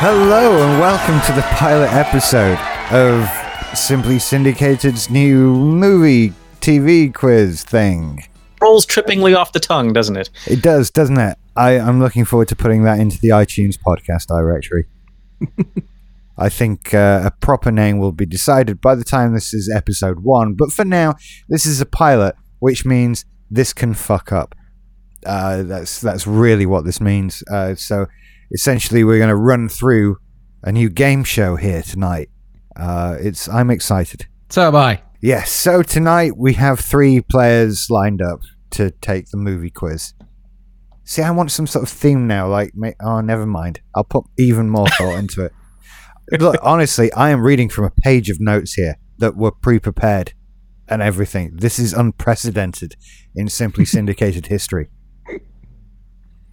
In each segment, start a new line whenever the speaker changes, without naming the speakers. Hello and welcome to the pilot episode of Simply Syndicated's new movie TV quiz thing.
rolls trippingly off the tongue, doesn't it?
It does, doesn't it? I, I'm looking forward to putting that into the iTunes podcast directory. I think uh, a proper name will be decided by the time this is episode one, but for now, this is a pilot, which means this can fuck up. Uh, that's that's really what this means. Uh, so, essentially, we're going to run through a new game show here tonight. Uh, it's I'm excited.
So am I.
Yes, so tonight we have three players lined up to take the movie quiz. See, I want some sort of theme now. Like, ma- oh, never mind. I'll put even more thought into it. Look, honestly, I am reading from a page of notes here that were pre prepared and everything. This is unprecedented in simply syndicated history.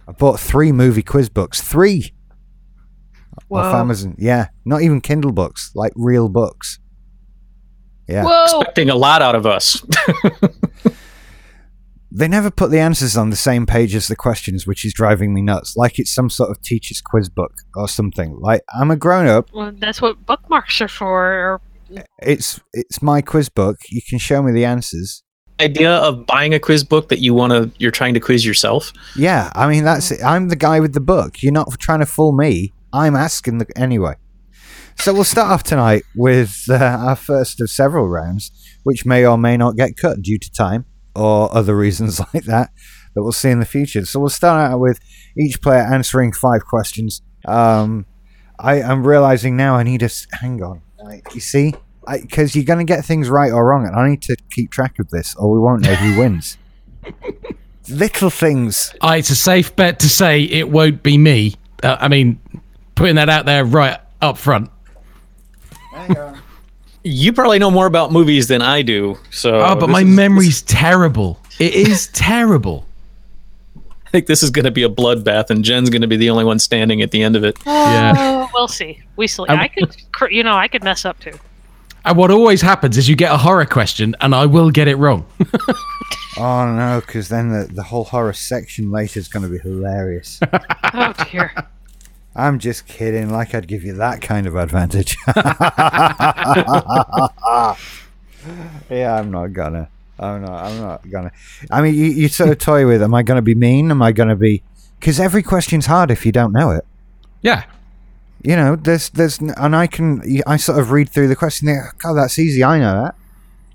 I bought three movie quiz books. Three! Off
Whoa.
Amazon. Yeah. Not even Kindle books, like real books. Yeah.
Whoa.
Expecting a lot out of us.
They never put the answers on the same page as the questions, which is driving me nuts. Like it's some sort of teacher's quiz book or something. Like I'm a grown up.
Well, that's what bookmarks are for.
It's it's my quiz book. You can show me the answers.
Idea of buying a quiz book that you want to, you're trying to quiz yourself.
Yeah, I mean that's it. I'm the guy with the book. You're not trying to fool me. I'm asking the anyway. So we'll start off tonight with uh, our first of several rounds, which may or may not get cut due to time or other reasons like that that we'll see in the future. So we'll start out with each player answering five questions. Um, I am realizing now I need to s- hang on. Like, you see, because you're going to get things right or wrong, and I need to keep track of this, or we won't know who wins. Little things
I, it's a safe bet to say it won't be me. Uh, I mean, putting that out there right up front.
You probably know more about movies than I do. So,
Oh, but
this
my
is-
memory's terrible. It is terrible.
I think this is going to be a bloodbath, and Jen's going to be the only one standing at the end of it.
Yeah.
Oh, we'll see. We see.
I'm-
I could, cr- you know, I could mess up too.
And what always happens is you get a horror question, and I will get it wrong.
Oh no, because then the, the whole horror section later is going to be hilarious.
Oh dear.
I'm just kidding, like I'd give you that kind of advantage. yeah, I'm not gonna. I'm not. I'm not gonna. I mean, you, you sort of toy with, am I going to be mean? Am I going to be. Because every question's hard if you don't know it.
yeah.
You know, there's, there's, n- and I can, I sort of read through the question. Think, "Oh, God, that's easy. I know that.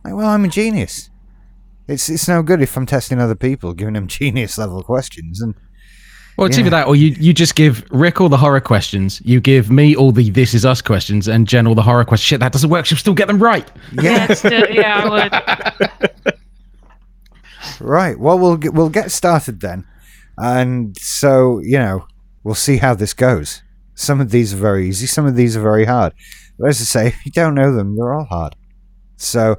Like, well, I'm a genius. It's, it's no good if I'm testing other people, giving them genius level questions, and
Well, it's
Yeah.
either that or you, you just give Rick all the horror questions, you give me all the This Is Us questions, and Jen all the horror questions. Shit, that doesn't work. She'll still get them right.
yeah.
That's the, yeah, I would.
Right. Well, we'll get, we'll get started then, and so you know we'll see how this goes. Some of these are very easy. Some of these are very hard. But as I say, if you don't know them, they're all hard. So,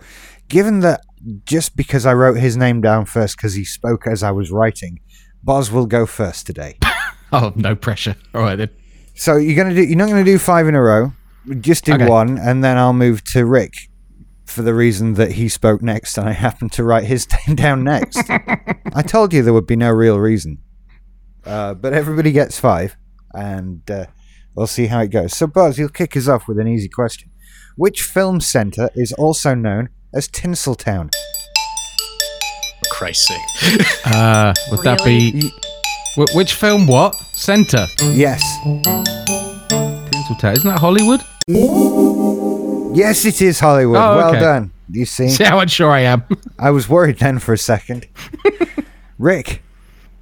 given that just because I wrote his name down first because he spoke as I was writing, Boz will go first today.
Oh, no pressure. All right, then.
So you're gonna do. You're not gonna do five in a row. Just do
Okay.
one, and then I'll move to Rick for the reason that he spoke next, and I happened to write his name down next. I told you there would be no real reason. Uh, but everybody gets five, and uh, we'll see how it goes. So, Buzz, you'll kick us off with an easy question. Which film centre is also known as Tinseltown?
For Christ's sake.
Uh, would that be. Wh- which film? What? Center.
Yes.
Tinseltown. Isn't that Hollywood?
Yes, it is Hollywood.
Oh,
Well
okay.
done. You see?
See how unsure I am.
I was worried then for a second. Rick,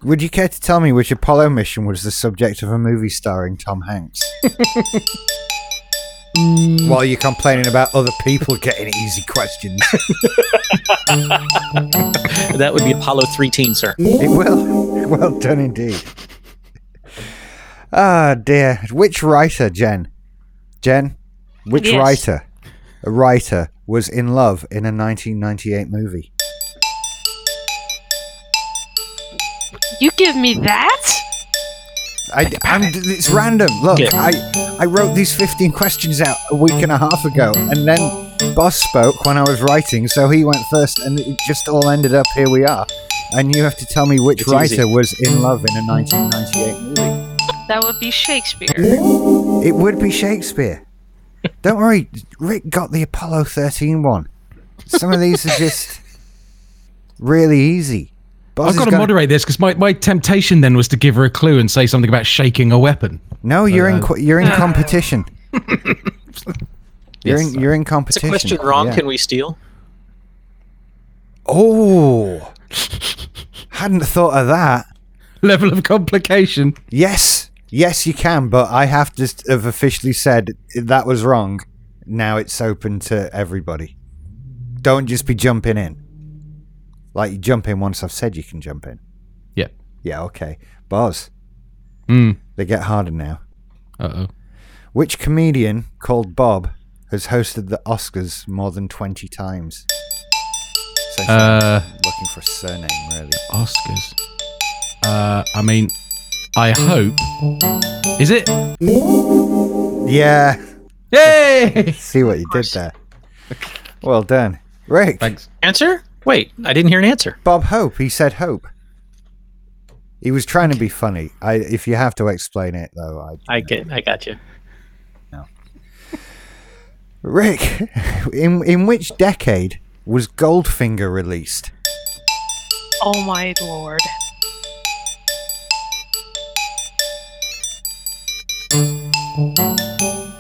would you care to tell me which Apollo mission was the subject of a movie starring Tom Hanks? While you're complaining about other people getting easy questions,
that would be Apollo 13, sir.
it will. Well done indeed. Ah, dear. Which writer, Jen? Jen, which
Yes.
writer? A writer was in love in a 1998 movie.
You give me that?
I, I'm, it's random. Look,
Yeah.
I, I wrote these 15 questions out a week and a half ago, and then Boss spoke when I was writing, so he went first, and it just all ended up here we are. And you have to tell me which
It's
writer
easy.
was in love in a 1998 movie.
That would be Shakespeare.
It would be Shakespeare. Don't worry, Rick got the Apollo 13 one. Some of these are just really easy. Boz
I've
has
got to
gone-
moderate this because my, my temptation then was to give her a clue and say something about shaking a weapon.
No, you're in
Uh,
qu- you're in competition. You're
Yes,
in you're in
It's a
competition.
question wrong.
yeah.
Can we steal?
Oh, hadn't thought of that.
Level of complication.
Yes, yes, you can, but I have to s- have officially said that was wrong. Now it's open to everybody. Don't just be jumping in. Like you jump in once I've said you can jump in.
Yeah.
Yeah, okay. Boz,
Mm.
they get harder now.
Uh oh.
Which comedian called Bob has hosted the Oscars more than 20 times? So it's
Uh,
looking for a surname, really.
Oscars. Uh, I mean, I hope. Is it?
Yeah,
Yay!
see what you did there. Well done. Rick,
Thanks.
Answer? Wait, I didn't hear an answer.
Bob Hope, he said Hope. He was trying to be funny. I, if you have to explain it, though, I.
I get, I got you.
Rick, in, in which decade was Goldfinger released?
Oh my lord.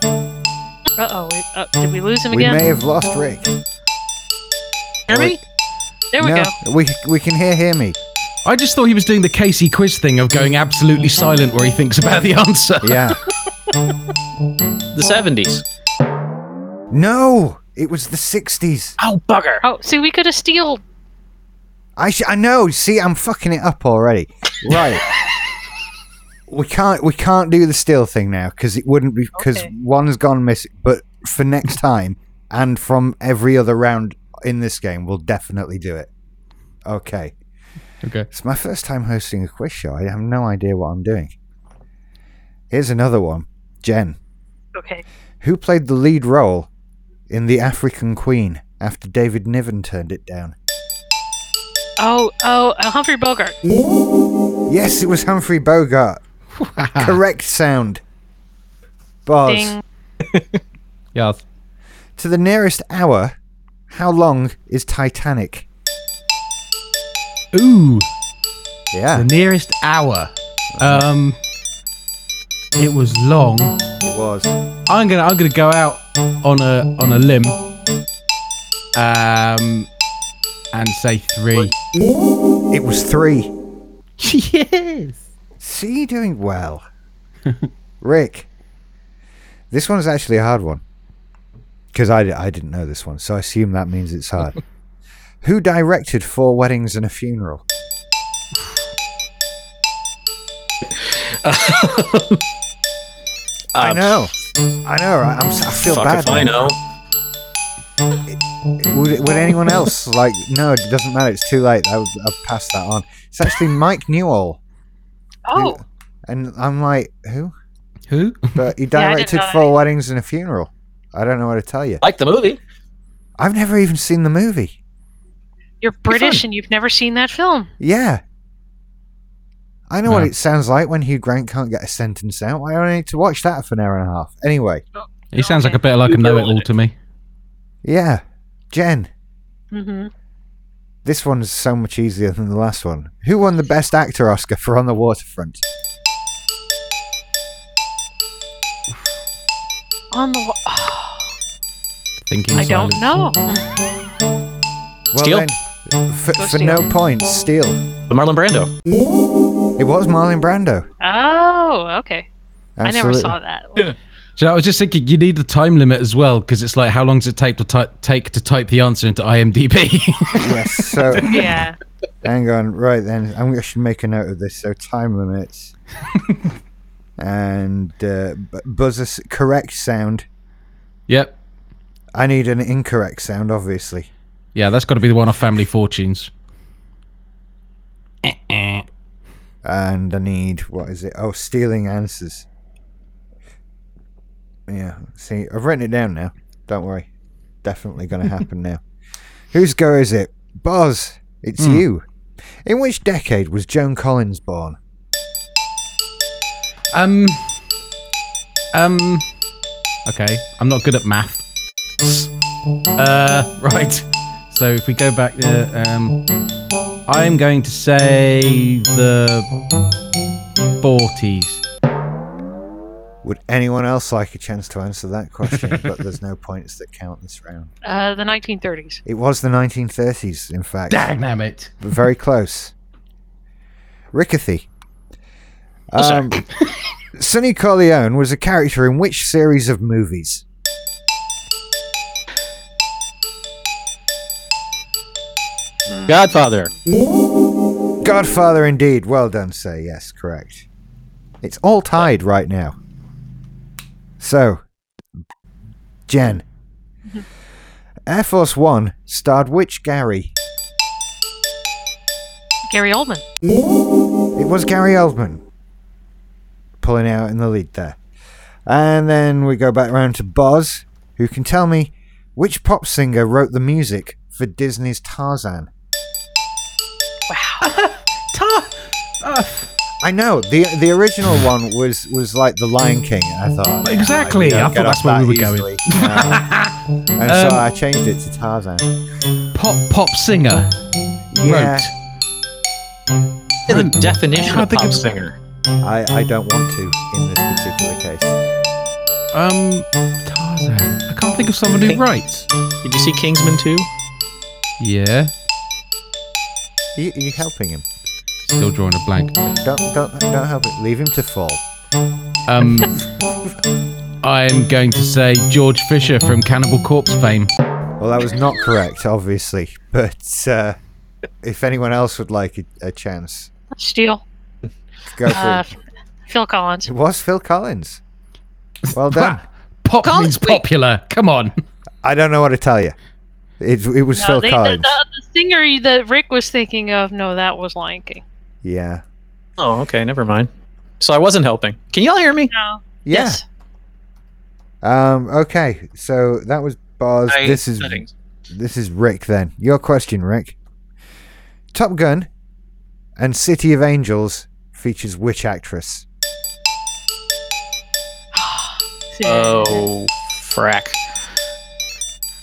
Uh-oh, we, uh, did we lose him
We
again?
may have lost Rick.
Hear me?
there we
no,
go.
we we can hear hear me.
I just thought he was doing the Casey quiz thing of going absolutely silent where he thinks about the answer.
Yeah.
The seventies.
no, it was the sixties.
Oh bugger!
Oh, see, we could have stealed.
I sh- I know. See, I'm fucking it up already. Right. we can't we can't do the still thing now because it wouldn't be because
Okay.
one's gone missing. But for next time and from every other round in this game, we'll definitely do it. Okay.
Okay.
It's my first time hosting a quiz show. I have no idea what I'm doing. Here's another one, Jen.
Okay.
Who played the lead role in The African Queen after David Niven turned it down?
Oh, oh, uh, Humphrey Bogart.
Yes, it was Humphrey Bogart.
Ah.
Correct sound. Boz,
Ding.
Yeah.
to the nearest hour, how long is Titanic?
Ooh, the
Yeah,
nearest hour. Um, it was long.
it was.
I'm gonna I'm gonna go out on a on a limb. Um, and say three.
It was three.
yes.
See, you're doing well. Rick, this one's actually a hard one. Because I, I didn't know this one, so I assume that means it's hard. Who directed Four Weddings and a Funeral? I
Uh,
know. I know, right? I'm, s- I feel
Fuck
bad.
if I
now.
know.
Would, would anyone else like? No, it doesn't matter. It's too late. I would, I've passed that on. It's actually Mike Newell,
Oh,
and I'm like, who?
Who?
But he
Yeah, I didn't
directed
know
Four Weddings and a Funeral. I don't know what to tell you.
Like the movie.
I've never even seen the movie.
you're British and you've never seen that film.
Yeah, I know what
No.
it sounds like when Hugh Grant can't get a sentence out. Why do I need to watch that for an hour and a half? Anyway,
He sounds like a bit like a know-it-all to me.
yeah, Jen,
Mm-hmm.
this one's so much easier than the last one. Who won the Best Actor Oscar for On the Waterfront?
On the. wa- Oh,
Thinking.
I don't
silence.
know.
Well
Steele?
then, for,
Go
for no
Steele.
points, Steele.
The Marlon Brando.
It was Marlon Brando.
Oh, okay. I never
Absolutely.
saw that.
So I was just thinking, you need a time limit as well, because it's like, how long does it take to ty- take to type the answer into IMDb?
Yes. So
Yeah.
hang on. Right then, I'm, I should make a note of this. So time limits and uh, bu- buzzer s- correct sound.
yep.
I need an incorrect sound, obviously.
Yeah, that's got to be the one off Family Fortunes.
And I need what is it? Oh, stealing answers. Yeah. See, I've written it down now. Don't worry. Definitely going to happen now. Whose go is it? Boz, it's
Hmm.
you. In which decade was Joan Collins born?
Um. Um. Okay, I'm not good at math. Uh, right. So if we go back, uh, um, I'm going to say the 40s.
Would anyone else like a chance to answer that question? but there's no points that count this round.
Uh, the 1930s.
It was the 1930s, in fact.
Damn it!
But very close. Rickethy. Um, Sonny Corleone was a character in which series of movies?
Godfather.
Godfather, indeed. Well done, sir. Yes, correct. It's all tied right now. So, Jen, Air Force One starred which Gary?
Gary Oldman.
It was Gary Oldman pulling out in the lead there. And then we go back round to Boz, who can tell me which pop singer wrote the music for Disney's Tarzan.
Wow.
Ta- uh,
I know the the original one was was like the Lion King. I thought
Exactly,
"Oh, you
I
don't
thought
get
that's
off
where
that
we were going."
easily." Uh, and so
Um,
I changed it to Tarzan.
pop pop singer
Yeah,
wrote.
The
Um,
definition
I
of
think
pop
it's-
singer.
I, I don't want to in this particular case.
Um, Tarzan. I can't think of someone who writes.
Did you see Kingsman 2?
Yeah,
You, you helping him?
still drawing a blank.
Don't don't don't help it. Leave him to fall.
Um, I'm going to say George Fisher from Cannibal Corpse fame.
Well, that was not correct, obviously. But uh, if anyone else would like a, a chance,
Steele.
go for
Uh,
it.
Phil Collins.
It was Phil Collins. Well done.
Pop
Can't
means
we-
popular. Come on.
I don't know what to tell you. It, it was
No,
Phil
they- the-
Collins.
The, the singer that Rick was thinking of, no, that was Lion King.
Yeah.
Oh, okay, never mind. So I wasn't helping. Can y'all hear me?
No.
Yeah.
Yes.
Um, okay, so that was Bars.
I-
this is
settings.
this is Rick. Then your question, Rick. Top Gun and City of Angels features which actress?
Oh, frack.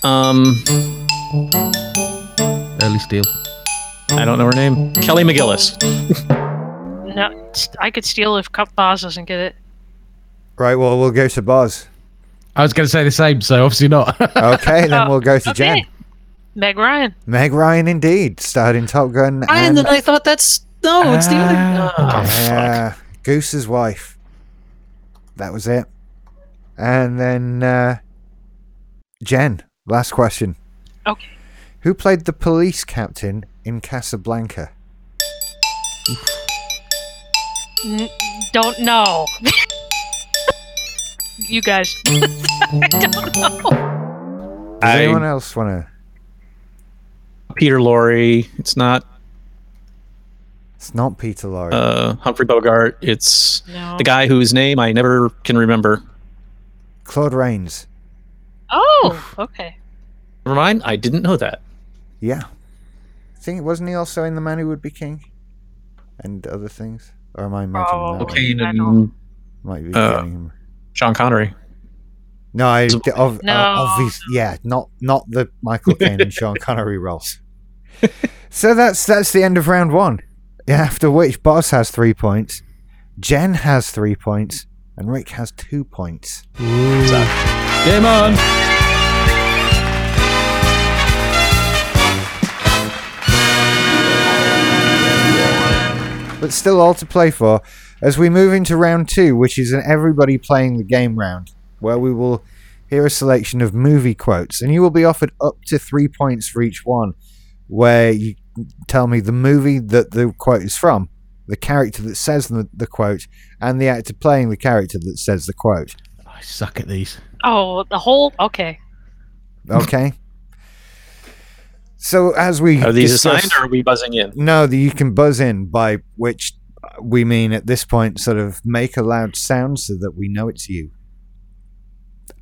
Um,
Early steel.
I don't know her name. Kelly McGillis.
No, I could steal if Cup Boz doesn't get it.
Right. Well, we'll go to Bars.
I was going to say the same, so obviously not.
Okay, then
Oh,
we'll go to Jen.
Meg Ryan.
Meg Ryan, indeed, starred in Top Gun.
Ryan,
and
then I thought that's no, it's the other.
Ah.
Oh, fuck.
uh, Goose's wife. That was it. And then uh, Jen. Last question.
Okay.
Who played the police captain in Casablanca?
N- don't know. you guys. I don't know.
Does
I-
anyone else want to?
Peter Lorre. It's not
It's not Peter Lorre.
uh, Humphrey Bogart. It's
No.
the guy whose name I never can remember.
Claude Rains.
Oh, okay.
Never mind. I didn't know that.
Yeah. I think wasn't he also in The Man Who Would Be King? And other things? Or am I imagining
Oh,
that?
okay.
one?
Kane
I
and
Might be
Uh,
getting him.
Sean Connery.
No, I, of,
No.
obvious, yeah, not not the Michael Caine and Sean Connery roles. So that's that's the end of round one. After which, Boss has three points, Jen has three points, and Rick has two points.
Game on.
but still all to play for as we move into round two, which is an everybody playing the game round, where we will hear a selection of movie quotes, and you will be offered up to three points for each one, where you tell me the movie that the quote is from, the character that says the, the quote, and the actor playing the character that says the quote.
I suck at these.
Oh, the whole. Okay.
Okay? so as we.
Are these
discuss-
assigned or are we buzzing in?
No, that you can buzz in, by which uh, we mean at this point, sort of make a loud sound so that we know it's you.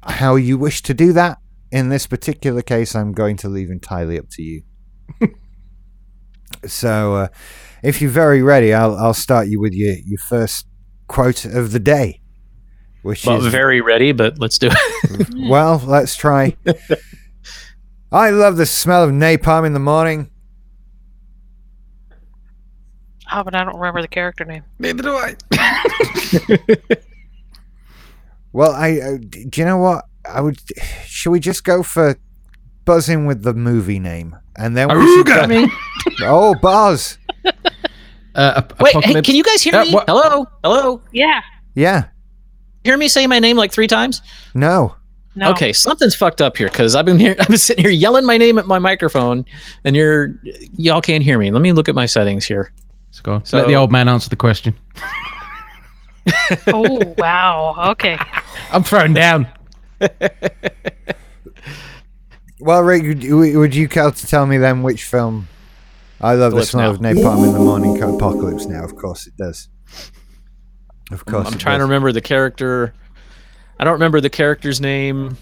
How you wish to do that in this particular case, I'm going to leave entirely up to you. so, uh, if you're very ready, I'll, I'll start you with your, your first quote of the day, which
Not
is
very ready, but let's do it.
well, let's try. I love the smell of napalm in the morning.
Oh, but I don't remember the character name.
Neither do I.
Well, I uh, d- do you know what I would? Should we just go for buzzing with the movie name and then we should
Aruga.
go- oh buzz
Uh, ap-
Wait, hey,
apocalypse.
can you guys hear
Uh,
me?
what-
Hello? Hello?
Yeah.
yeah
Hear me say my name like three times?
no
No.
Okay, something's fucked up here because I've been here. I've been sitting here yelling my name at my microphone, and you're y'all can't hear me. Let me look at my settings here.
So go on.
So-
Let the old man answer the question.
Oh wow. Okay.
I'm thrown down.
well Rick would you- would you care to tell me then which film I love the
Apocalypse
smell of napalm in the morning co- apocalypse now of course it does of course
I'm
it
trying to
does.
remember the character. I don't remember the character's name.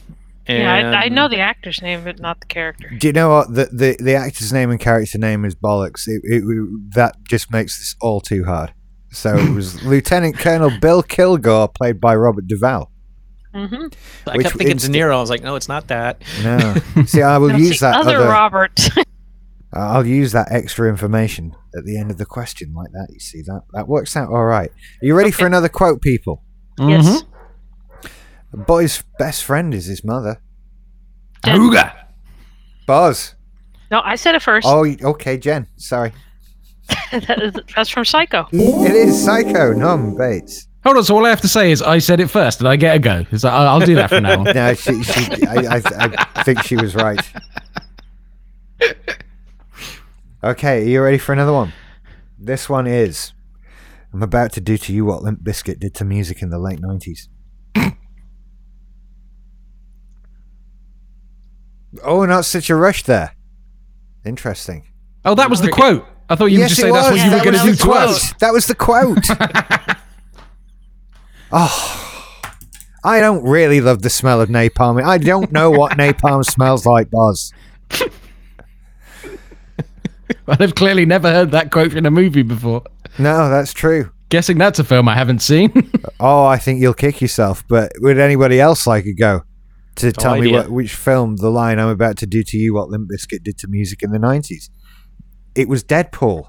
And
Yeah, I, I know the actor's name, but not the character.
do you know what the, the the actor's name and character name is bollocks it, it, that just makes this all too hard so it was Lieutenant Colonel Bill Kilgore played by Robert Duvall
hmm
I
which-
kept thinking
it's-
De Niro. I was like, no, it's not that.
no see I will use that
other,
other
Robert.
Uh, I'll use that extra information at the end of the question, like that. You see that that works out all right. Are you ready for another quote, people?
Yes.
Mm-hmm.
A boy's best friend is his mother.
Jen.
Aruga.
Buzz.
No, I said it first.
Oh, y- okay, Jen. Sorry,
That is- That's from Psycho.
it is Psycho. Norman Bates.
Hold on. So all I have to say is I said it first, and I get a go. It's like, I- I'll do that from now on.
No, she. she I, I, I think she was right. Okay, are you ready for another one? This one is. I'm about to do to you what Limp Bizkit did to music in the late '90s. oh, not such a rush there. Interesting.
Oh, that was the quote. I thought you would just say that's what you
Yeah,
were
That
going to do
was the
to us.
quote. That was the quote. oh, I don't really love the smell of napalm. I don't know what napalm smells like, Buzz.
But I've clearly never heard that quote in a movie before.
No, that's true.
Guessing that's a film I haven't seen.
Oh, I think you'll kick yourself. But would anybody else like a go to tell me
idea.
what, which film, the line I'm about to do to you, what Limp Bizkit did to music in the 90s? It was Deadpool.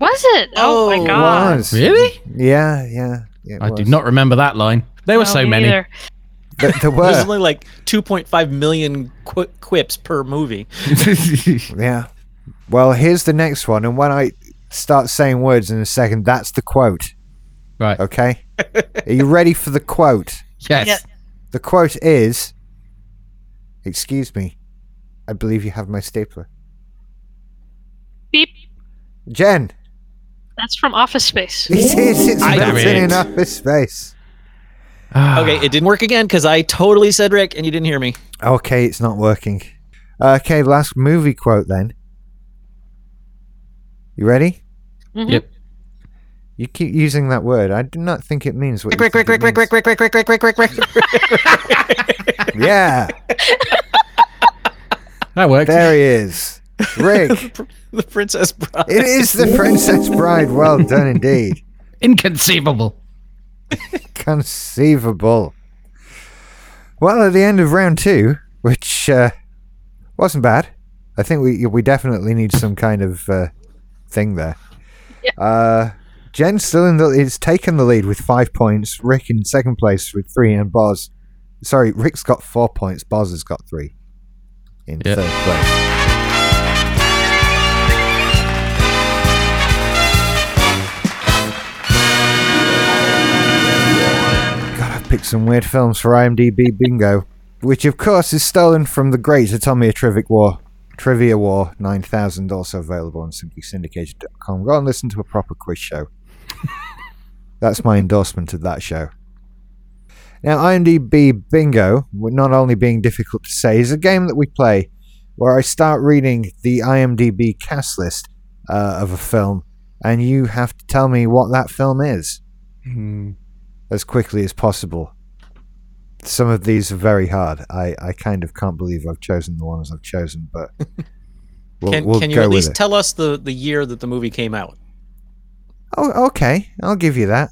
Was it? Oh,
Oh,
my god.
was.
really?
Yeah, yeah. it
I do
was.
not remember that line. There were
No,
so
me
many.
neither.
Th- there
There's
were.
only like 2.5 million qu- quips per movie.
Yeah. Well, here's the next one. And when I start saying words in a second, that's the quote.
right.
Okay. Are you ready for the quote?
Yes.
Yeah.
The quote is Excuse me. I believe you have my stapler.
Beep.
Jen,
That's from Office Space.
it is. It's
I-
built
Damn
in
it.
in office space.
Ah.
Okay, it didn't work again because I totally said Rick and you didn't hear me.
Okay, it's not working. Okay, last movie quote then. You ready?
Mhm.
Yep.
You keep using that word. I do not think it means what you
Rick, Rick,
think
Rick,
it means.
Rick, Rick, Rick, Rick, Rick, Rick, Rick, Rick, Rick.
Yeah,
That worked.
there he is. Rick.
The Princess Bride.
It is the Princess Bride. Well done indeed.
Inconceivable.
Conceivable. Well, at the end of round two, which uh, wasn't bad, I think we we definitely need some kind of uh, thing there. Uh, Jen's still in the. It's taken the lead with five points. Rick in second place with three, and Boz. Sorry, Rick's got four points. Boz has got three in
Yeah.
third place. God, I've picked some weird films for IMDb Bingo, which of course is stolen from the great Atomia Trivia War. Trivia War 9000, also available on simplysyndicated.com. Go and listen to a proper quiz show. That's my endorsement of that show. Now, IMDb Bingo, not only being difficult to say, is a game that we play where I start reading the IMDb cast list uh, of a film, and you have to tell me what that film is
Hmm.
as quickly as possible. Some of these are very hard. I, I kind of can't believe I've chosen the ones I've chosen, but we'll,
can
we'll
can you
go
at
with
least
it.
tell us the, the year that the movie came out?
Oh, okay. I'll give you that.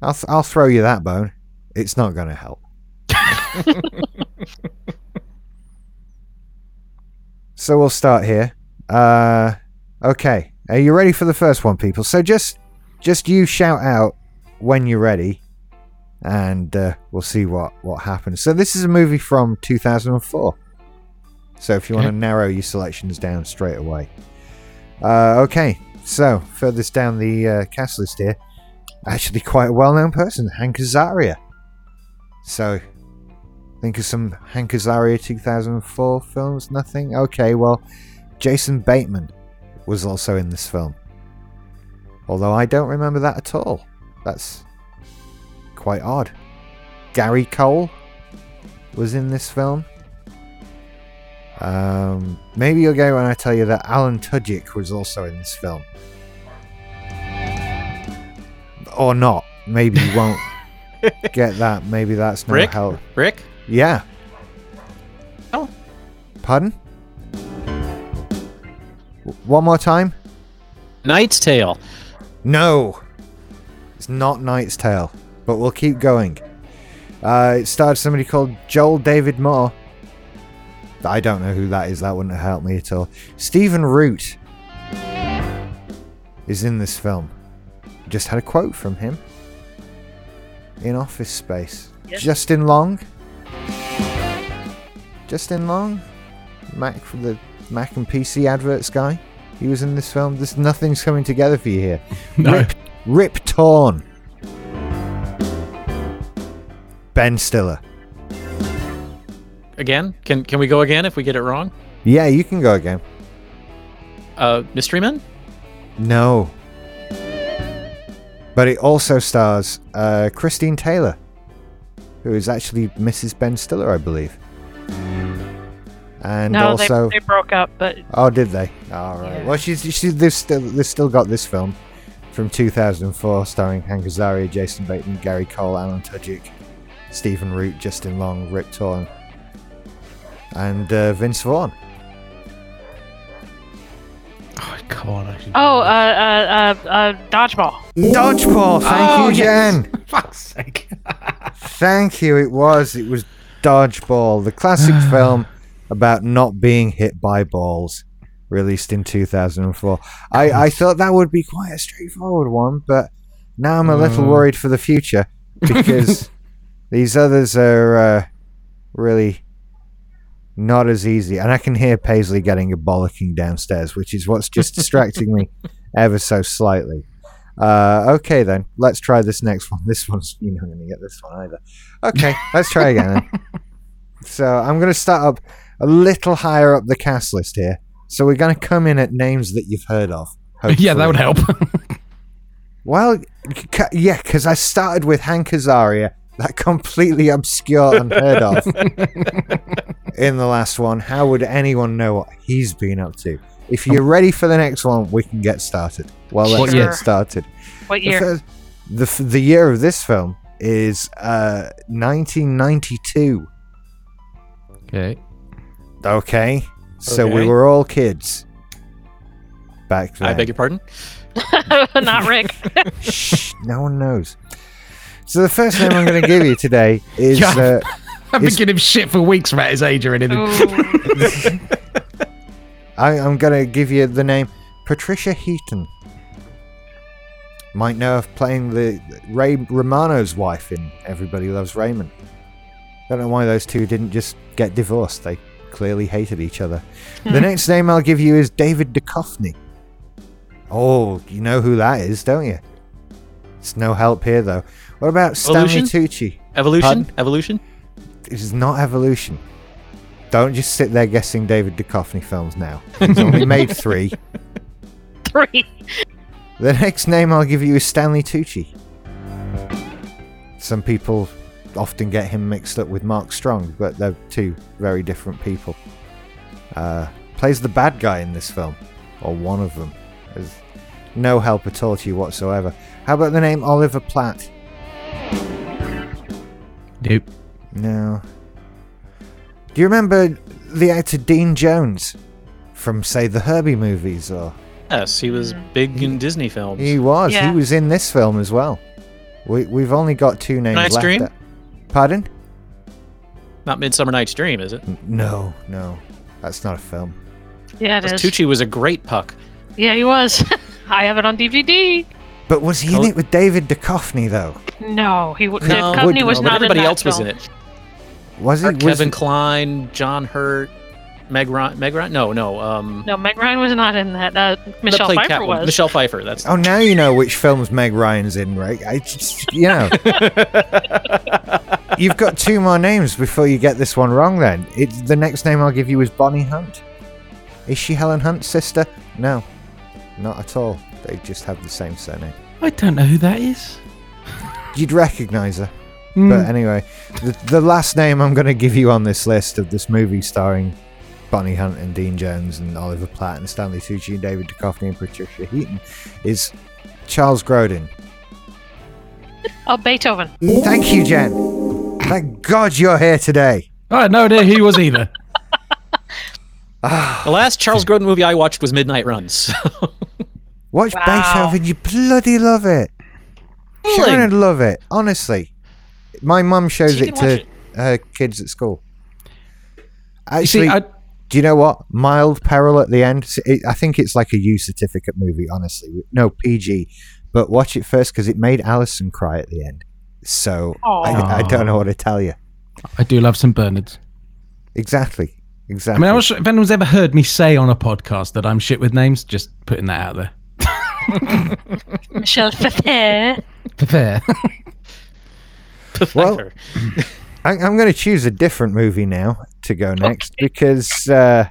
I'll, th- I'll throw you that bone. It's not going to help. so we'll start here. Uh, okay. Are you ready for the first one, people? So just, just you shout out when you're ready, and uh, we'll see what what happens. So this is a movie from 2004. So if you want to narrow your selections down straight away. Uh, okay. So furthest down the uh, cast list here, actually quite a well-known person, Hank Azaria. So think of some Hank Azaria 2004 films. Nothing. Okay. Well, Jason Bateman was also in this film. Although I don't remember that at all. That's quite odd. Gary Cole was in this film. Um, maybe you'll go when I tell you that Alan Tudyk was also in this film. Or not. Maybe you won't get that. Maybe that's no
Rick?
help.
Rick?
Yeah.
Oh.
Pardon? W- One more time?
Knight's Tale.
No. It's not Knight's Tale, but we'll keep going. Uh, it starred somebody called Joel David Moore. I don't know who that is. That wouldn't have helped me at all. Stephen Root is in this film. Just had a quote from him in Office Space.
Yes.
Justin Long. Justin Long, Mac from the Mac and PC adverts guy. He was in this film. This nothing's coming together for you here.
No.
Rip, Rip Torn. Ben Stiller.
Again? Can can we go again if we get it wrong?
Yeah, you can go again.
Uh, Mystery Men?
No. But it also stars uh, Christine Taylor, who is actually Mrs. Ben Stiller, I believe. And
no,
also,
they, they broke up, but
oh, did they? All right.
Yeah.
Well, she's, she's they've still they've still got this film from 2004, starring Hank Azaria, Jason Bateman, Gary Cole, Alan Tudyk, Stephen Root, Justin Long, Rip Torn, and uh, Vince Vaughn.
Oh, come on. I should-
oh, uh, uh, uh, uh dodgeball.
Dodgeball. Thank
Oh,
you,
yes.
Jen.
Fuck's sake.
Thank you. It was. It was Dodgeball, the classic film about not being hit by balls, released in 2004. I, I thought that would be quite a straightforward one, but now I'm a little
Mm.
worried for the future because these others are uh, really not as easy. And I can hear Paisley getting a bollocking downstairs, which is what's just distracting me ever so slightly. Uh, okay, then let's try this next one. This one's you're not going to get this one either. Okay, let's try again. Then. So I'm going to start up a little higher up the cast list here. So we're going to come in at names that you've heard of.
yeah, that
hopefully.
would help.
Well, c- c- yeah, because I started with Hank Azaria, that completely obscure, unheard of, in the last one. How would anyone know what he's been up to? If you're ready for the next one, we can get started. Well, let's
What year?
get started.
What
The,
year?
fir- the, f- the year of this film is uh, 1992.
okay.
Okay, so we
Okay.
were all kids back then.
I beg your pardon?
Not Rick.
Shh, no one knows. So the first name I'm going to give you today is
Yeah.
uh,
I've been
It's-
giving him shit for weeks about his age or anything.
Ooh.
I, I'm going to give you the name Patricia Heaton. Might know of playing the Ray Romano's wife in Everybody Loves Raymond. Don't know why those two didn't just get divorced. They clearly hated each other. the next name I'll give you is David Duchovny. Oh, you know who that is, don't you? It's no help here, though. What about Stanley
Evolution?
Tucci?
Evolution?
Pardon?
Evolution?
It is not evolution. Don't just sit there guessing David Duchovny films now. He's only made three.
Three.
The next name I'll give you is Stanley Tucci. Some people often get him mixed up with Mark Strong, but they're two very different people. Uh, plays the bad guy in this film, or one of them. There's no help at all to you whatsoever. How about the name Oliver Platt?
Nope.
No. Do you remember the actor Dean Jones from, say, the Herbie movies? Or
Mm.
Yes, he was big in Disney films.
he was.
Yeah.
He was in this film as well. We we've only got two names
Nice
left.
dream?
that- Pardon?
Not Midsummer Night's Dream, is it?
N- No, no, that's not a film.
Yeah, it is.
Tucci was a great puck.
yeah, he was. I have it on DVD.
But was he in
Col-
it with David Duchovny though?
No, he w-
No,
Dave Company was
but
not.
everybody
in that
else was in
film.
it.
Was he?
Or
Was,
Uh, Kevin Klein, John Hurt, Meg Ryan. Meg Ryan? No, no. Um,
No, Meg Ryan was not in that. Uh, Michelle
that played
Pfeiffer
Catwoman.
was.
Michelle Pfeiffer. That's
oh, now you know which films Meg Ryan's in, right? I just, you know, you've got two more names before you get this one wrong. Then it's the next name I'll give you is Bonnie Hunt. Is she Helen Hunt's sister? No, not at all. They just have the same surname.
I don't know who that is.
You'd recognise her.
Hmm.
But anyway, the, the last name I'm going to give you on this list of this movie starring Bonnie Hunt and Dean Jones and Oliver Platt and Stanley Tucci and David Duchovny and Patricia Heaton is Charles Grodin.
Oh, Beethoven.
Thank you, Jen. Thank God you're here today.
I had no idea who he was either.
Ah,
the last Charles Grodin movie I watched was Midnight Runs.
Watch
Wow.
Beethoven, you bloody love it. Sharon would love it, honestly. My mum shows
She
it
can
to
watch
her kids at school.
You
Actually,
see, I,
Do you know what? Mild peril at the end. S- it- I think it's like a U certificate movie, honestly. No, PG. But watch it first because it made Alison cry at the end. So I, I
Aw.
don't know what to tell you.
I do love St. Bernard's.
Exactly.
I
Exactly.
mean, I'm not sure if anyone's ever heard me say on a podcast that I'm shit with names, just putting that out there.
Michelle Pfeiffer.
Fair.
Well, I, I'm going to choose a different movie now to go next because, uh,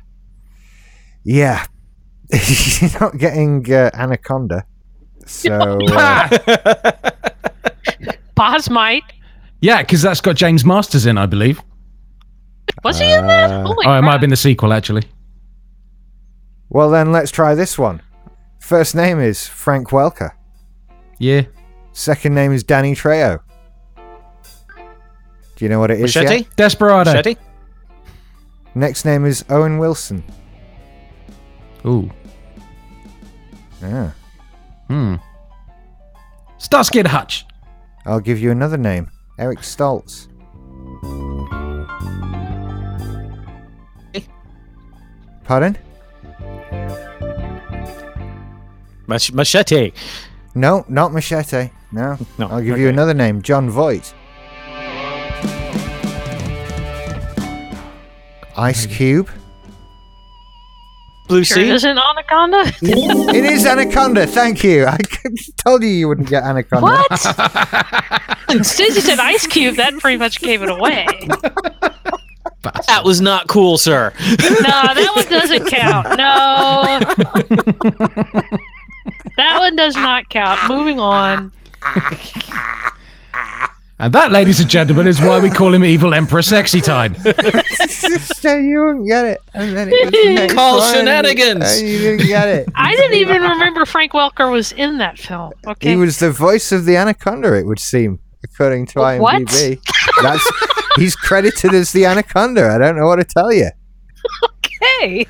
yeah, you're not getting uh, Anaconda. So uh,
Bosmite.
yeah, because that's got James Masters in, I believe.
Was he in that?
Uh,
Holy
Oh, it might
crap.
have been the sequel, actually.
well, then let's try this one. First name is Frank Welker.
Yeah.
Second name is Danny Trejo. Do you know what it is?
Machete?
yet?
Desperado.
Machete?
Next name is Owen Wilson.
Ooh.
Yeah.
Hmm. Starsky and Hutch.
I'll give you another name Eric Stoltz. Pardon?
Mach- machete.
No, not Machete. No.
No,
I'll give you
okay.
another name John Voight. Ice Cube.
Blue
Sure,
Sea?
isn't Anaconda?
it is Anaconda. Thank you. I told you you wouldn't get Anaconda.
What? Since you said Ice Cube, that pretty much gave it away. no,
That was not cool, sir.
that one doesn't count. No. that one does not count. Moving on.
And that, ladies and gentlemen, is why we call him Evil Emperor Sexy Time.
so you didn't get it. And then it was next
Call
one,
shenanigans.
and you didn't get it.
I didn't even remember Frank Welker was in that film. Okay.
He was the voice of the anaconda, it would seem, according to
Wh- what?
IMDb. That's he's credited as the anaconda. I don't know what to tell you.
okay.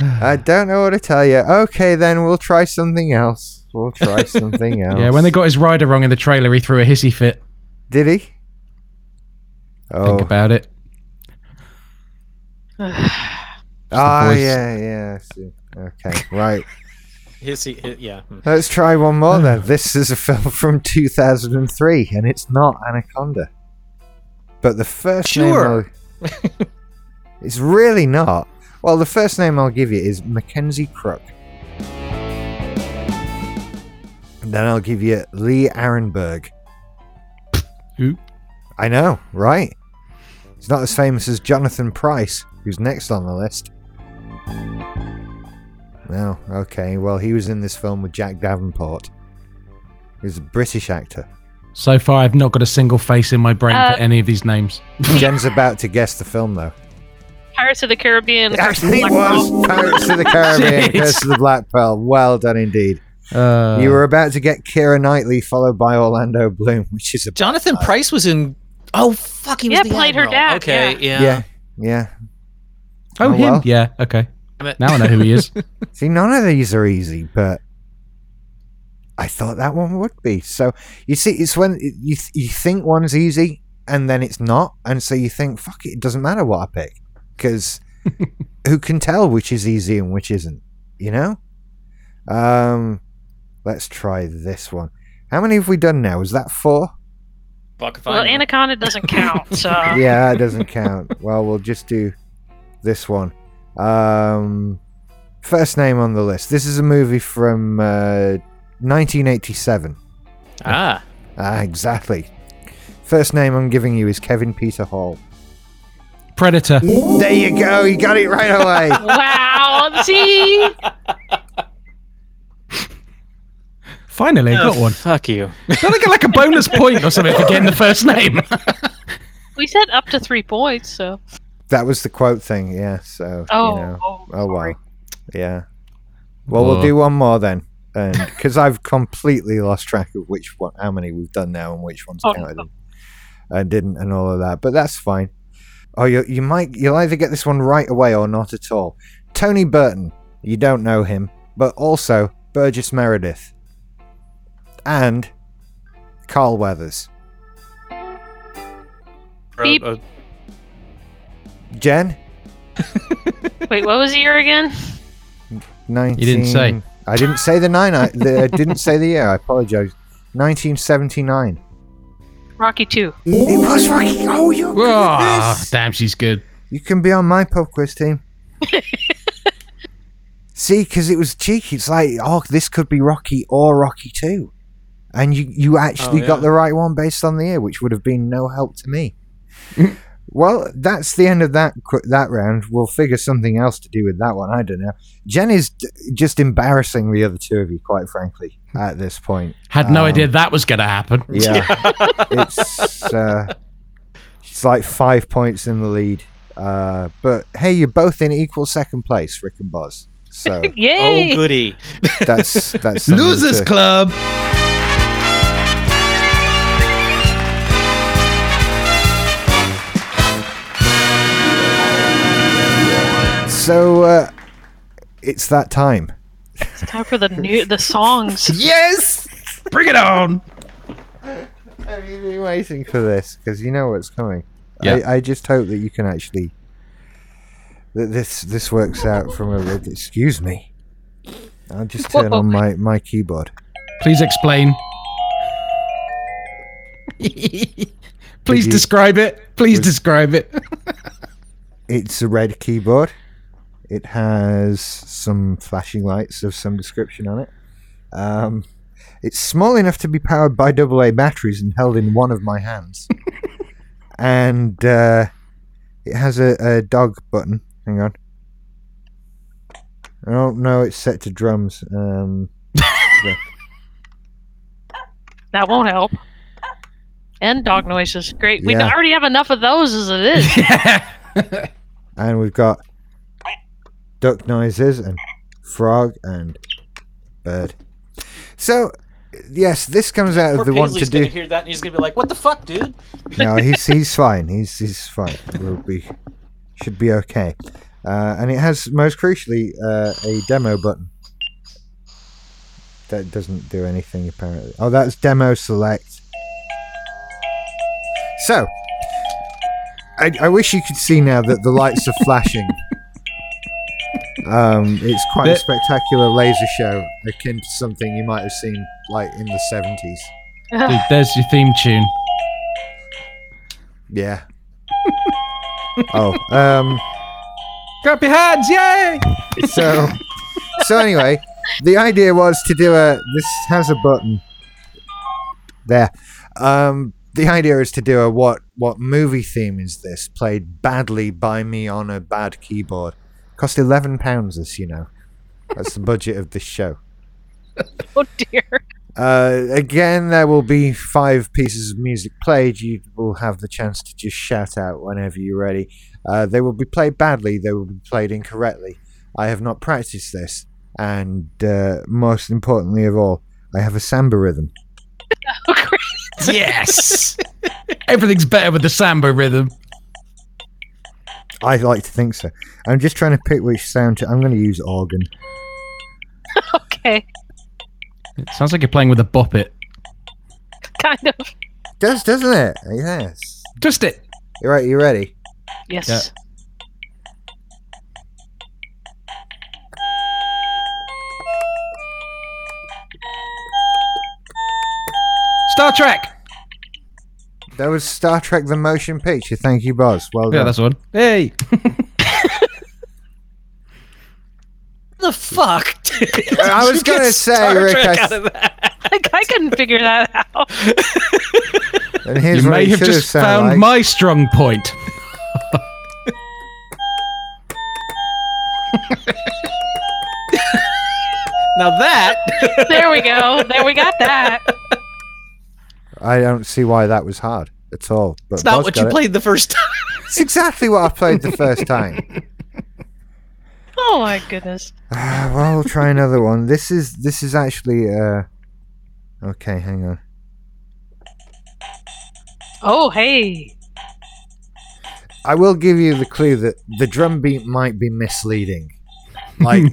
I don't know what to tell you. Okay, then we'll try something else. We'll try something else.
yeah, when they got his rider wrong in the trailer, he threw a hissy fit.
did he?
Think
Oh,
about it.
ah,
voice.
yeah, yeah. I see. Okay, right.
Hissy, hi- yeah. hmm.
Let's try one more then. This is a film from 2003, and it's not Anaconda. But the first
Sure.
name. I'll- it's really not. Well, the first name I'll give you is Mackenzie Crook. And then I'll give you Lee Arenberg.
Who?
I know, right? He's not as famous as Jonathan Price, who's next on the list. No, okay. Well, he was in this film with Jack Davenport. He was a British actor.
So far, I've not got a single face in my brain
Uh,
for any of these names.
Jen's about to guess the film, though.
Pirates of the Caribbean. Curse of
Actually,
the
it
Black
was
Pearl.
Pirates of the Caribbean,
Jeez.
Curse of the Black Pearl. Well done indeed.
Uh,
you were about to get Kira Knightley, followed by Orlando Bloom, which is a
Jonathan Price was in. Oh, fuck, he was
Yeah,
the
played her
Admiral.
dad,
Okay, yeah.
yeah, yeah.
Oh,
Oh,
him.
well.
Yeah. Okay.
Damn it.
Now I know who he is.
See, none of these are easy, but I thought that one would be. So you see, it's when it- you th- you think one's easy and then it's not, and so you think, fuck it, it doesn't matter what I pick because who can tell which is easy and which isn't? You know. Um, let's try this one. How many have we done now? Is that four?
Fuck if I
Well,
know.
Anaconda doesn't count, so
yeah, that doesn't count. Well, we'll just do this one. Um, first name on the list. This is a movie from uh, 1987.
ah,
Ah, exactly. First name I'm giving you is Kevin Peter Hall.
Predator.
There you go. You got it right away.
wow. See,
Finally, got one.
fuck you.
Don't I get like a bonus point or something for getting the first name?
we said up to three points, so
that was the quote thing. Yeah. So.
oh,
You know.
oh,
Oh wow.
sorry.
Yeah. Well, we'll
Oh.
do one more then, and because I've completely lost track of which one, how many we've done now, and which ones
Oh,
counted
no.
and, and didn't, and all of that. But that's fine. Oh, you you might you'll either get this one right away or not at all. Tony Burton. You don't know him, but also Burgess Meredith and Carl Weathers.
Beep.
Uh,
Jen,
Wait, what was the year again?
nineteen.
didn't say.
I didn't say the nine. I, the, I didn't say the year. I apologize. Nineteen seventy nine.
Rocky Two.
It was Rocky. Oh, you're good at
Ah,
this.
damn, she's good.
You can be on my pub quiz team. See, because it was cheeky. It's like, oh, this could be Rocky or Rocky Two, and you you actually
yeah.
got the right one based on the year, which would have been no help to me. well, that's the end of that qu- that round. We'll figure something else to do with that one. I don't know. Jen is d- just embarrassing the other two of you, quite frankly, at this point.
Had no
Um,
idea that was going to happen.
Yeah. it's uh, it's like five points in the lead. Uh, but hey, you're both in equal second place, Rick and Boz. So
Yay!
oh goody.
that's that's something
Losers
to-
Club.
So uh, it's that time.
It's time for the new the songs.
Yes! Bring it on!
Have you been waiting for this? Because you know what's coming.
Yeah.
I, I just hope that you can actually that this this works out from a. Excuse me. I'll just turn on my, my keyboard.
Please explain. Please
you-
describe it. Please describe it.
It's a red keyboard. It has some flashing lights of some description on it. Um, it's small enough to be powered by AA batteries and held in one of my hands. and uh, it has a, a dog button. Hang on. Oh no, it's set to drums. Um,
That won't help. And dog noises. Great. We
Yeah.
already have enough of those as it is.
and we've got duck noises and frog and bird. So, yes, this comes out of the want to do.
hear that and he's gonna be like, "What the fuck, dude?"
no, he's he's fine. He's he's fine. We'll be should be okay. Uh, and it has most crucially uh, a demo button that doesn't do anything apparently. Oh, that's demo select. So, I, I wish you could see now that the lights are flashing. Um, it's quite a
That-
spectacular laser show, akin to something you might have seen like in the seventies.
Dude, there's your theme tune.
Yeah. oh, um,
Clap your hands, yay!
so, so anyway, the idea was to do a. This has a button. There. Um, the idea is to do a what what movie theme is this played badly by me on a bad keyboard. Cost eleven pounds, as you know. That's the budget of this show.
Oh dear.
Uh, again, there will be five pieces of music played. You will have the chance to just shout out whenever you're ready. Uh, they will be played badly, they will be played incorrectly. I have not practiced this, and uh, most importantly of all, I have a samba rhythm.
Oh,
Yes! Everything's better with the samba rhythm.
I like to think so. I'm just trying to pick which sound to. I'm going to use organ.
Okay.
It sounds like you're playing with a bop it.
Kind of.
Does doesn't it? Yes.
Twist it.
You're right. You ready?
Yes.
Yeah. Star Trek.
That was Star Trek: The Motion Picture. Thank you, Boz. Well
Yeah,
done.
that's the one. Hey.
The fuck? did
I was
you
gonna
get
say,
Star
Rick,
Trek
I-
out of that?
Like, I couldn't figure that out.
and here's
you
what
may
it
have
should
just
sounded
found
like.
my strong point.
Now that
There we go. There we got that.
I don't see why that was hard at all. But
it's not
Boz
what
got
you
it.
played the first time.
It's exactly what I played the first time.
Oh my goodness.
Ah, well, we'll try another one. This is this is actually. Uh, okay, hang on.
Oh hey.
I will give you the clue that the drum beat might be misleading. Like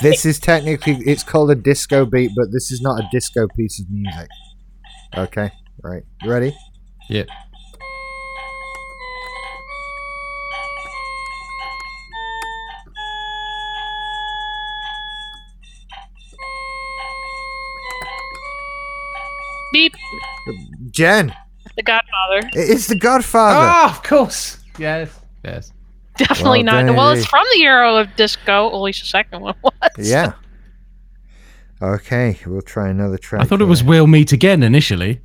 this is technically it's called a disco beat, but this is not a disco piece of music. Okay, right. You Ready?
Yeah.
Beep.
Jen,
The Godfather.
it is the Godfather.
Ah, of course. Yes. Yes.
Definitely
Well,
not. Well, it's
dang.
from the Euro of Disco. At least the second one was.
Yeah. Okay, we'll try another track.
I thought it was
here.
We'll Meet Again initially.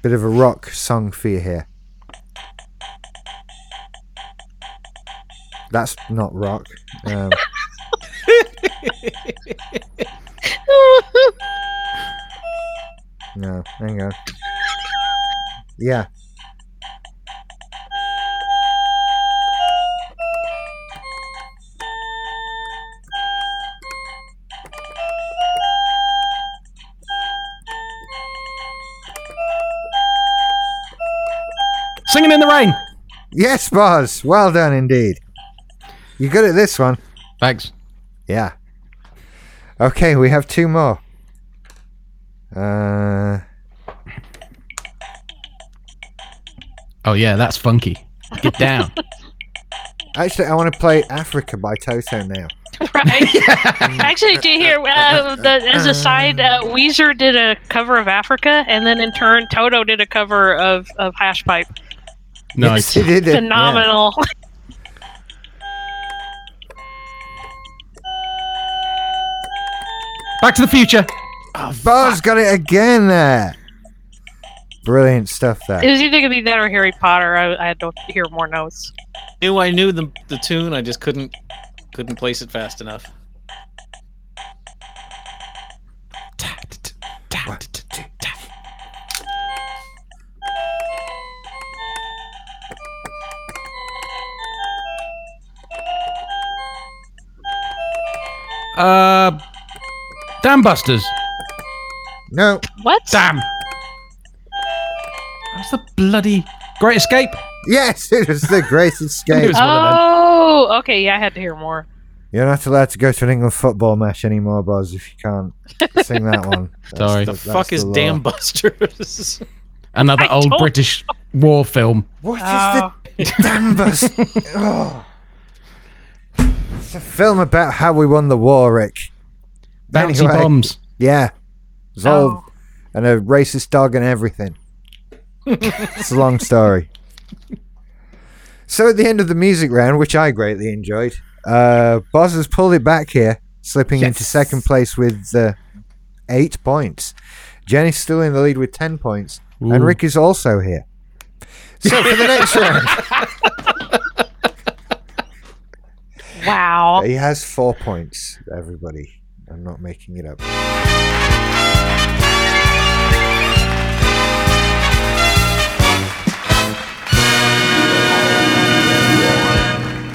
bit of a rock song for you here. That's not rock. Um, no, hang on. Yeah,
Singing in the Rain.
Yes, Boz. Well done indeed. You good at this one?
Thanks.
Yeah. Okay, we have two more. Uh,
Oh yeah, that's funky. Get down.
actually, I want to play Africa by Toto now.
right. Actually, do you hear? Uh, the, as a side, uh, Weezer did a cover of Africa, and then in turn, Toto did a cover of of Hashpipe.
nice.
Yes, he did it.
Phenomenal.
Back to the Future.
Yeah. Boz got it again there. Brilliant stuff
It
there.
was either gonna be that or Harry Potter. I, I had to hear more notes.
knew I knew the the tune. I just couldn't couldn't place it fast enough.
Uh, Damn Busters.
No,
What?
Damn. That's the bloody Great Escape.
yes, it was the greatest escape.
It's one of them.
Oh, okay. Yeah, I had to hear more.
You're not allowed to go to an England football match anymore, Boz, if you can't sing that one. That's
Sorry.
The
that's
fuck is
law.
Damn Busters?
Another
I
old
told-
British war film.
What is
Ah.
Oh.
the damn bus? oh. It's a film about how we won the war, Rick.
Bouncy
Anyway.
bombs.
Yeah. It's
Oh.
all and a racist dog and everything. it's a long story. So at the end of the music round, which I greatly enjoyed, uh, Boz has pulled it back here, slipping into
Yes.
second place with uh, eight points. Jenny's still in the lead with ten points, and
Ooh.
Rick is also here. So for the next round,
Wow.
He has four points, everybody. I'm not making it up.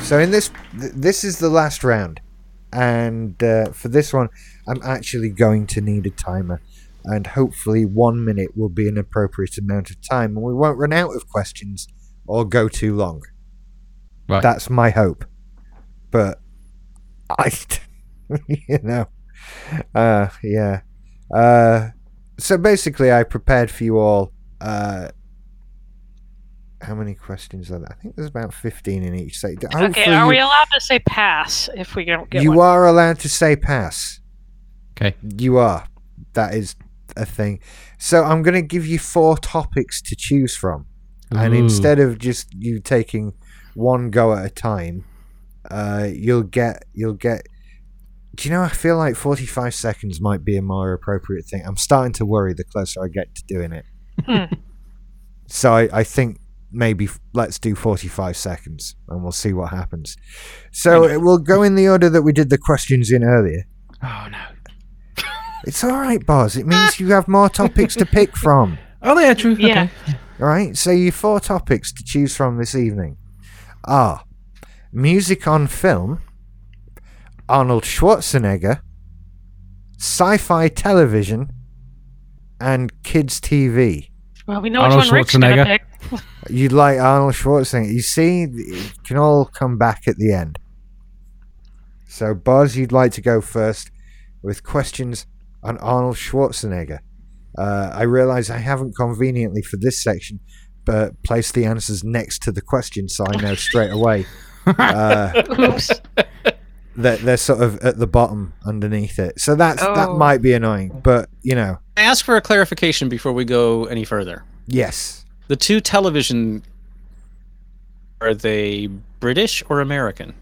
So in this, th- this is the last round, and uh, for this one, I'm actually going to need a timer, and hopefully one minute will be an appropriate amount of time, and we won't run out of questions or go too long.
Right.
That's my hope, but I, you know, Uh, yeah. Uh, so basically, I prepared for you all. Uh, how many questions are there? I think there's about 15 in each. set.
Okay,
Hopefully
are
you-
we allowed to say pass if we don't get
you
one?
are allowed to say pass.
Okay.
You are. That is a thing. So I'm going to give you four topics to choose from. And
Ooh.
instead of just you taking one go at a time, uh, you'll get you'll get Do you know I feel like 45 seconds might be a more appropriate thing. I'm starting to worry the closer I get to doing it.
Hmm.
so I, I think maybe f- let's do 45 seconds and we'll see what happens. So it will go in the order that we did the questions in earlier.
Oh no.
It's all right, Boz. It means you have more topics to pick from.
Oh, yeah, true.
Yeah.
All right. So you four topics to choose from this evening are music on film, Arnold Schwarzenegger, sci-fi television, and kids TV.
Well, we know
Arnold
which one Rick's gonna
Schwarzenegger.
pick.
You like Arnold Schwarzenegger? You see, it can all come back at the end. So, Boz, you'd like to go first with questions on Arnold Schwarzenegger. Uh, I realize I haven't conveniently for this section, but placed the answers next to the question so I know straight away uh,
Oops.
that they're sort of at the bottom underneath it. So that's that
Oh.
might be annoying, but you know,
Ask for a clarification before we go any further.
yes,
The two television are they British or American?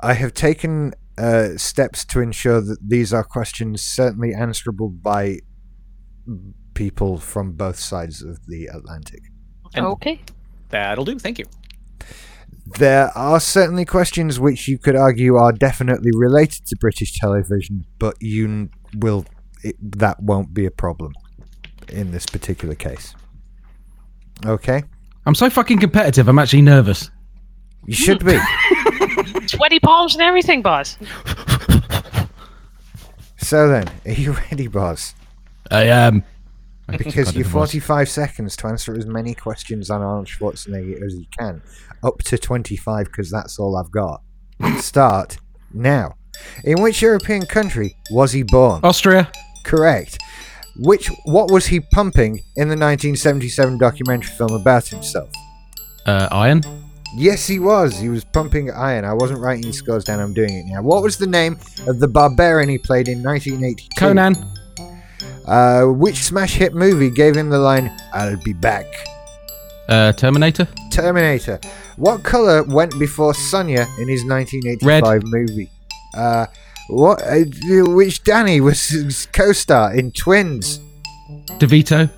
I have taken uh, steps to ensure that these are questions certainly answerable by people from both sides of the Atlantic.
And
okay.
That'll do. Thank you.
There are certainly questions which you could argue are definitely related to British television, but you n- will it, that won't be a problem in this particular case. Okay,
I'm so fucking competitive. I'm actually nervous.
you should be.
Sweaty palms and everything, boss.
so then, are you ready, Boz?
I am.
Because
God,
you're
it was.
45 seconds to answer as many questions on Arnold Schwarzenegger as you can, up to 25, because that's all I've got. Start now. In which European country was he born?
Austria.
Correct. Which what was he pumping in the 1977 documentary film about himself?
Uh, iron.
Yes, he was. He was pumping iron. I wasn't writing these scores down. I'm doing it now. What was the name of the barbarian he played in 1982?
Conan.
Uh, which smash hit movie gave him the line "I'll be back"?
Uh, Terminator.
Terminator. What color went before Sonya in his 1985 movie? Uh, what? Uh, which Danny was his co-star in Twins?
DeVito.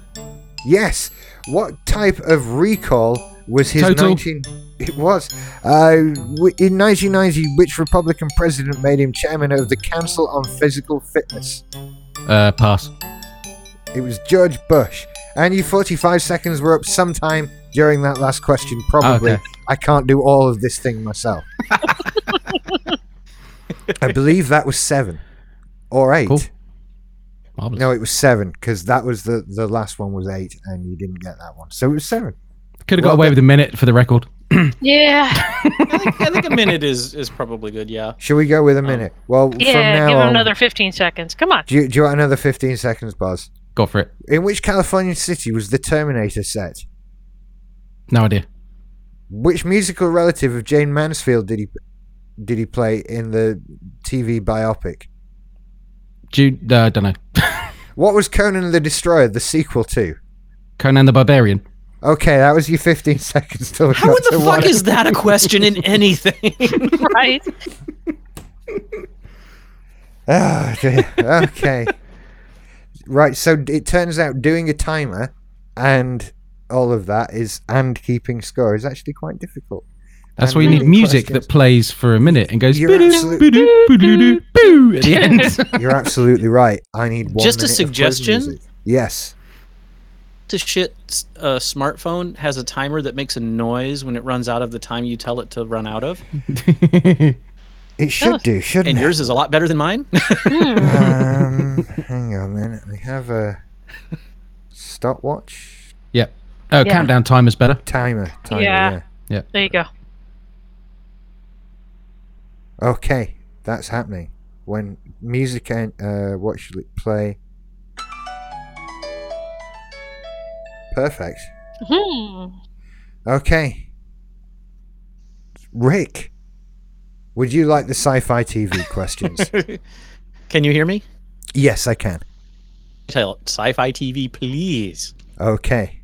Yes. What type of recall was his
Total.
19? It was. Uh, w- in 1990, which Republican president made him chairman of the Council on Physical Fitness?
Uh, pass.
It was George Bush. And you 45 seconds were up sometime during that last question, probably.
Okay.
I can't do all of this thing myself. I believe that was seven or eight.
Cool. Marvelous.
No, it was seven because that was the, the last one was eight, and you didn't get that one. So it was seven.
Could have got
Well,
away with a minute for the record.
Yeah.
I think, I think a minute is is probably good. Yeah.
Should we go
Oh.
with a minute? Well, from
Yeah.
now
Give him
on,
another 15 seconds. Come on.
do, you, do you want another 15 seconds, Buzz?
Go for it.
In which California city was the Terminator set?
No idea.
Which musical relative of Jane Mansfield did he did he play in the TV biopic?
Jude. Uh, don't know.
What was Conan the Destroyer the sequel to?
Conan the Barbarian.
Okay, that was your 15 seconds till we
How
got
in the
to
fuck
one.
is that a question in anything?
Right.
Oh, dear. okay. right, so d- it turns out doing a timer and all of that is and keeping score is actually quite difficult.
That's
And
why you need
reading
music
questions.
that plays for a minute and goes.
You're
"Boo-doo,
absolute-
boo-doo, boo-doo-doo, boo," At the end.
You're absolutely right. I need one
Just a
minute of quiz
suggestion?
music. Yes.
to shit s- uh, smartphone has a timer that makes a noise when it runs out of the time you tell it to run out of
It should do, shouldn't
and yours is a lot better than mine
Hmm.
it? Um, hang on a minute. We have a stopwatch
yep. Oh, countdown timer's better.
timer. timer yeah.
Yeah. There you go.
Okay, that's happening. when music and uh, what should it play? Perfect.
Hmm.
Okay. Rick, would you like the sci-fi TV questions?
Can you hear me?
yes, I can.
Tell sci-fi TV, please.
Okay.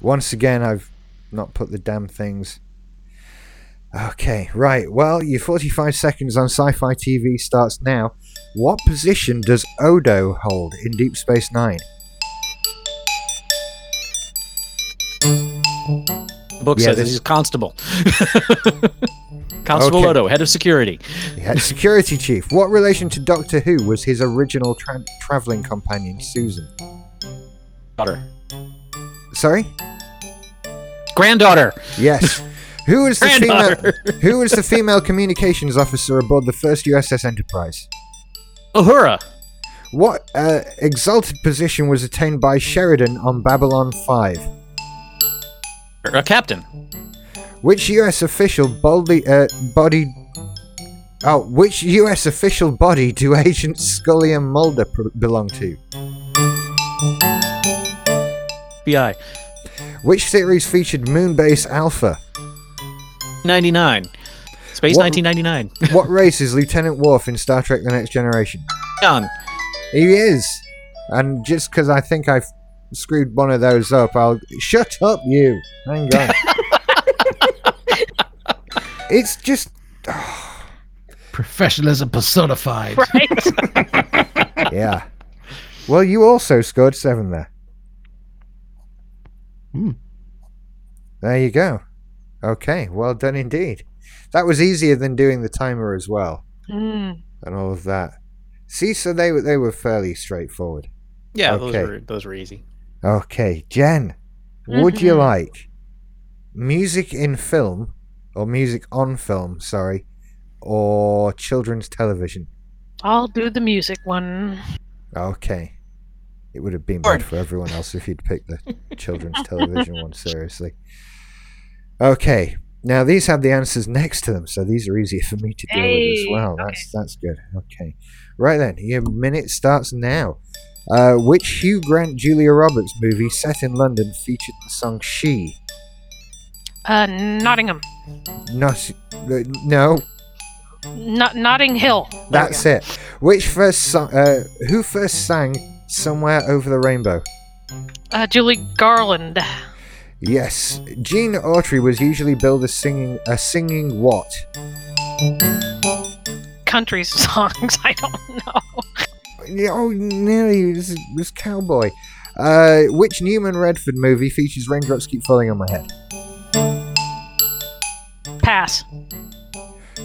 Once again, I've not put the damn things. Okay, right. Well, your 45 seconds on sci fi TV starts now. What position does Odo hold in Deep Space Nine?
The book
Yeah,
says
this-
he's a constable. constable
Okay.
Odo, head of security.
Yeah, security chief. What relation to Doctor Who was his original tra- traveling companion, Susan?
Daughter.
Sorry?
Granddaughter.
Yes. Who was the female?
Granddaughter.
Who was the female communications officer aboard the first USS Enterprise?
Uhura.
What uh, exalted position was attained by Sheridan on Babylon 5?
A captain.
Which U.S. official boldly uh, body? Oh, which U.S. official body do Agents Scully and Mulder pr- belong to?
FBI.
Which series featured Moonbase Alpha?
99. Space
What-
1999.
What race is Lieutenant Worf in Star Trek: The Next Generation?
John.
He is. And just because I think I've screwed one of those up, I'll shut up, you. Hang on. it's just
Professionalism personified.
Right.
yeah. Well, you also scored seven there.
Hmm.
There you go. Okay, well done indeed. That was easier than doing the timer as well
Hmm.
and all of that. See, so they were they were fairly straightforward.
Yeah,
Okay.
those were those were easy.
Okay, Jen, would you
Mhm.
like music in film or music on film? Sorry, or children's television?
I'll do the music one.
Okay. It would have been
Lord.
bad for everyone else if you'd picked the children's television one, seriously. Okay. Now these have the answers next to them, so these are easier for me to deal with as
Hey,
well. That's that's good. Okay. Right then, your minute starts now. Uh, which Hugh Grant Julia Roberts movie set in London featured the song She?
Uh, Nottingham.
Not, uh, no,
Not Notting Hill. There we
that's
go.
it. Which first song? Uh, who first sang "Somewhere Over the Rainbow"?
Uh, Julie Garland.
Yes, Gene Autry was usually billed as singing a singing what?
Country songs. I don't know.
Oh, nearly it was, it was cowboy. Uh, which Newman Redford movie features raindrops keep falling on my head?
Pass.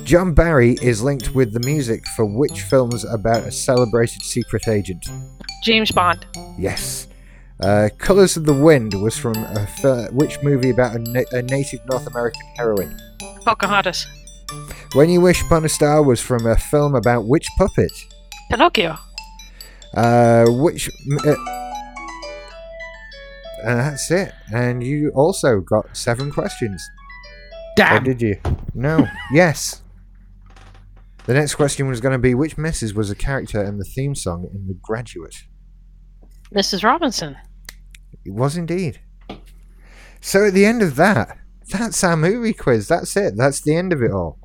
John Barry is linked with the music for which films about a celebrated secret agent?
James Bond.
Yes. Uh, Colors of the Wind was from a fir- which movie about a, na- a native North American heroine?
Pocahontas.
When You Wish Upon a Star was from a film about which puppet?
Pinocchio.
Uh, which. m- Uh, and that's it. And you also got seven questions. Or
Damn.
did you? No. yes. The next question was going to be which Mrs. was a character in the theme song in The Graduate?
Mrs. Robinson.
It was indeed. So at the end of that, that's our movie quiz. That's it. That's the end of it all.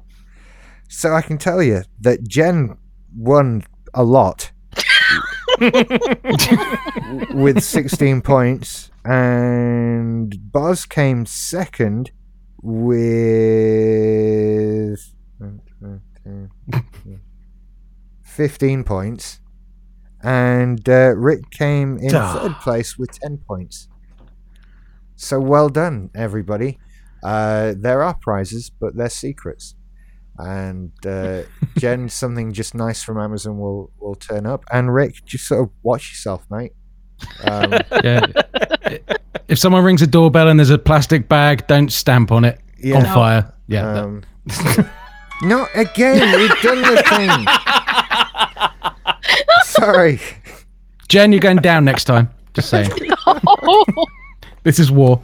So I can tell you that Jen won a lot with 16 points, and Boz came second with 15 points, and uh, Rick came in
Duh.
third place with 10 points. So well done, everybody. Uh, there are prizes, but they're secrets. And uh, Jen, something just nice from Amazon will will turn up. And Rick, just sort of watch yourself, mate. Um,
Yeah. if someone rings a doorbell and there's a plastic bag, don't stamp on it. On
yeah.
fire. Yeah. that-
Um, not again. We've done the thing. Sorry.
Jen, you're going down next time. Just saying.
Oh,
this is war.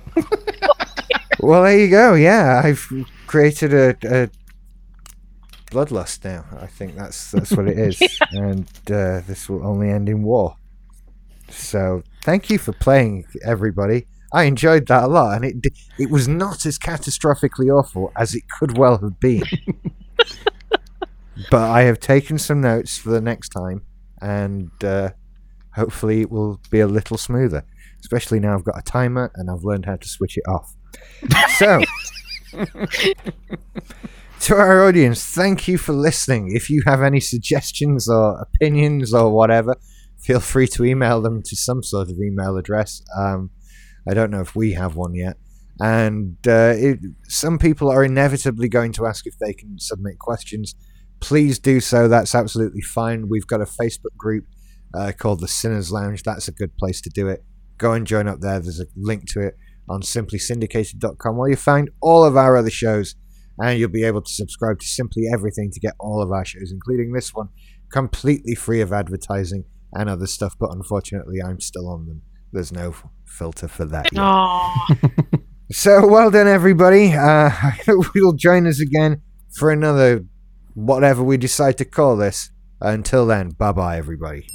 Well, there you go. Yeah, I've created a, a bloodlust now. I think that's that's what it is, and uh, this will only end in war. So thank you for playing, everybody. I enjoyed that a lot, and it d- it was not as catastrophically awful as it could well have been. but I have taken some notes for the next time, and uh, hopefully it will be a little smoother. Especially now I've got a timer and I've learned how to switch it off. So. To our audience, thank you for listening. If you have any suggestions or opinions or whatever, feel free to email them to some sort of email address. Um, I don't know if we have one yet. And uh, it, some people are inevitably going to ask if they can submit questions. Please do so. That's absolutely fine. We've got a Facebook group uh, called the Sinners Lounge. That's a good place to do it. Go and join up there. There's a link to it on simplysyndicated.com where you find all of our other shows and you'll be able to subscribe to simply everything to get all of our shows, including this one, completely free of advertising and other stuff. But unfortunately, I'm still on them. There's no f- filter for that. Yet.
Aw.
So well done, everybody. Uh, I hope you'll join us again for another whatever we decide to call this. Until then, bye bye, everybody.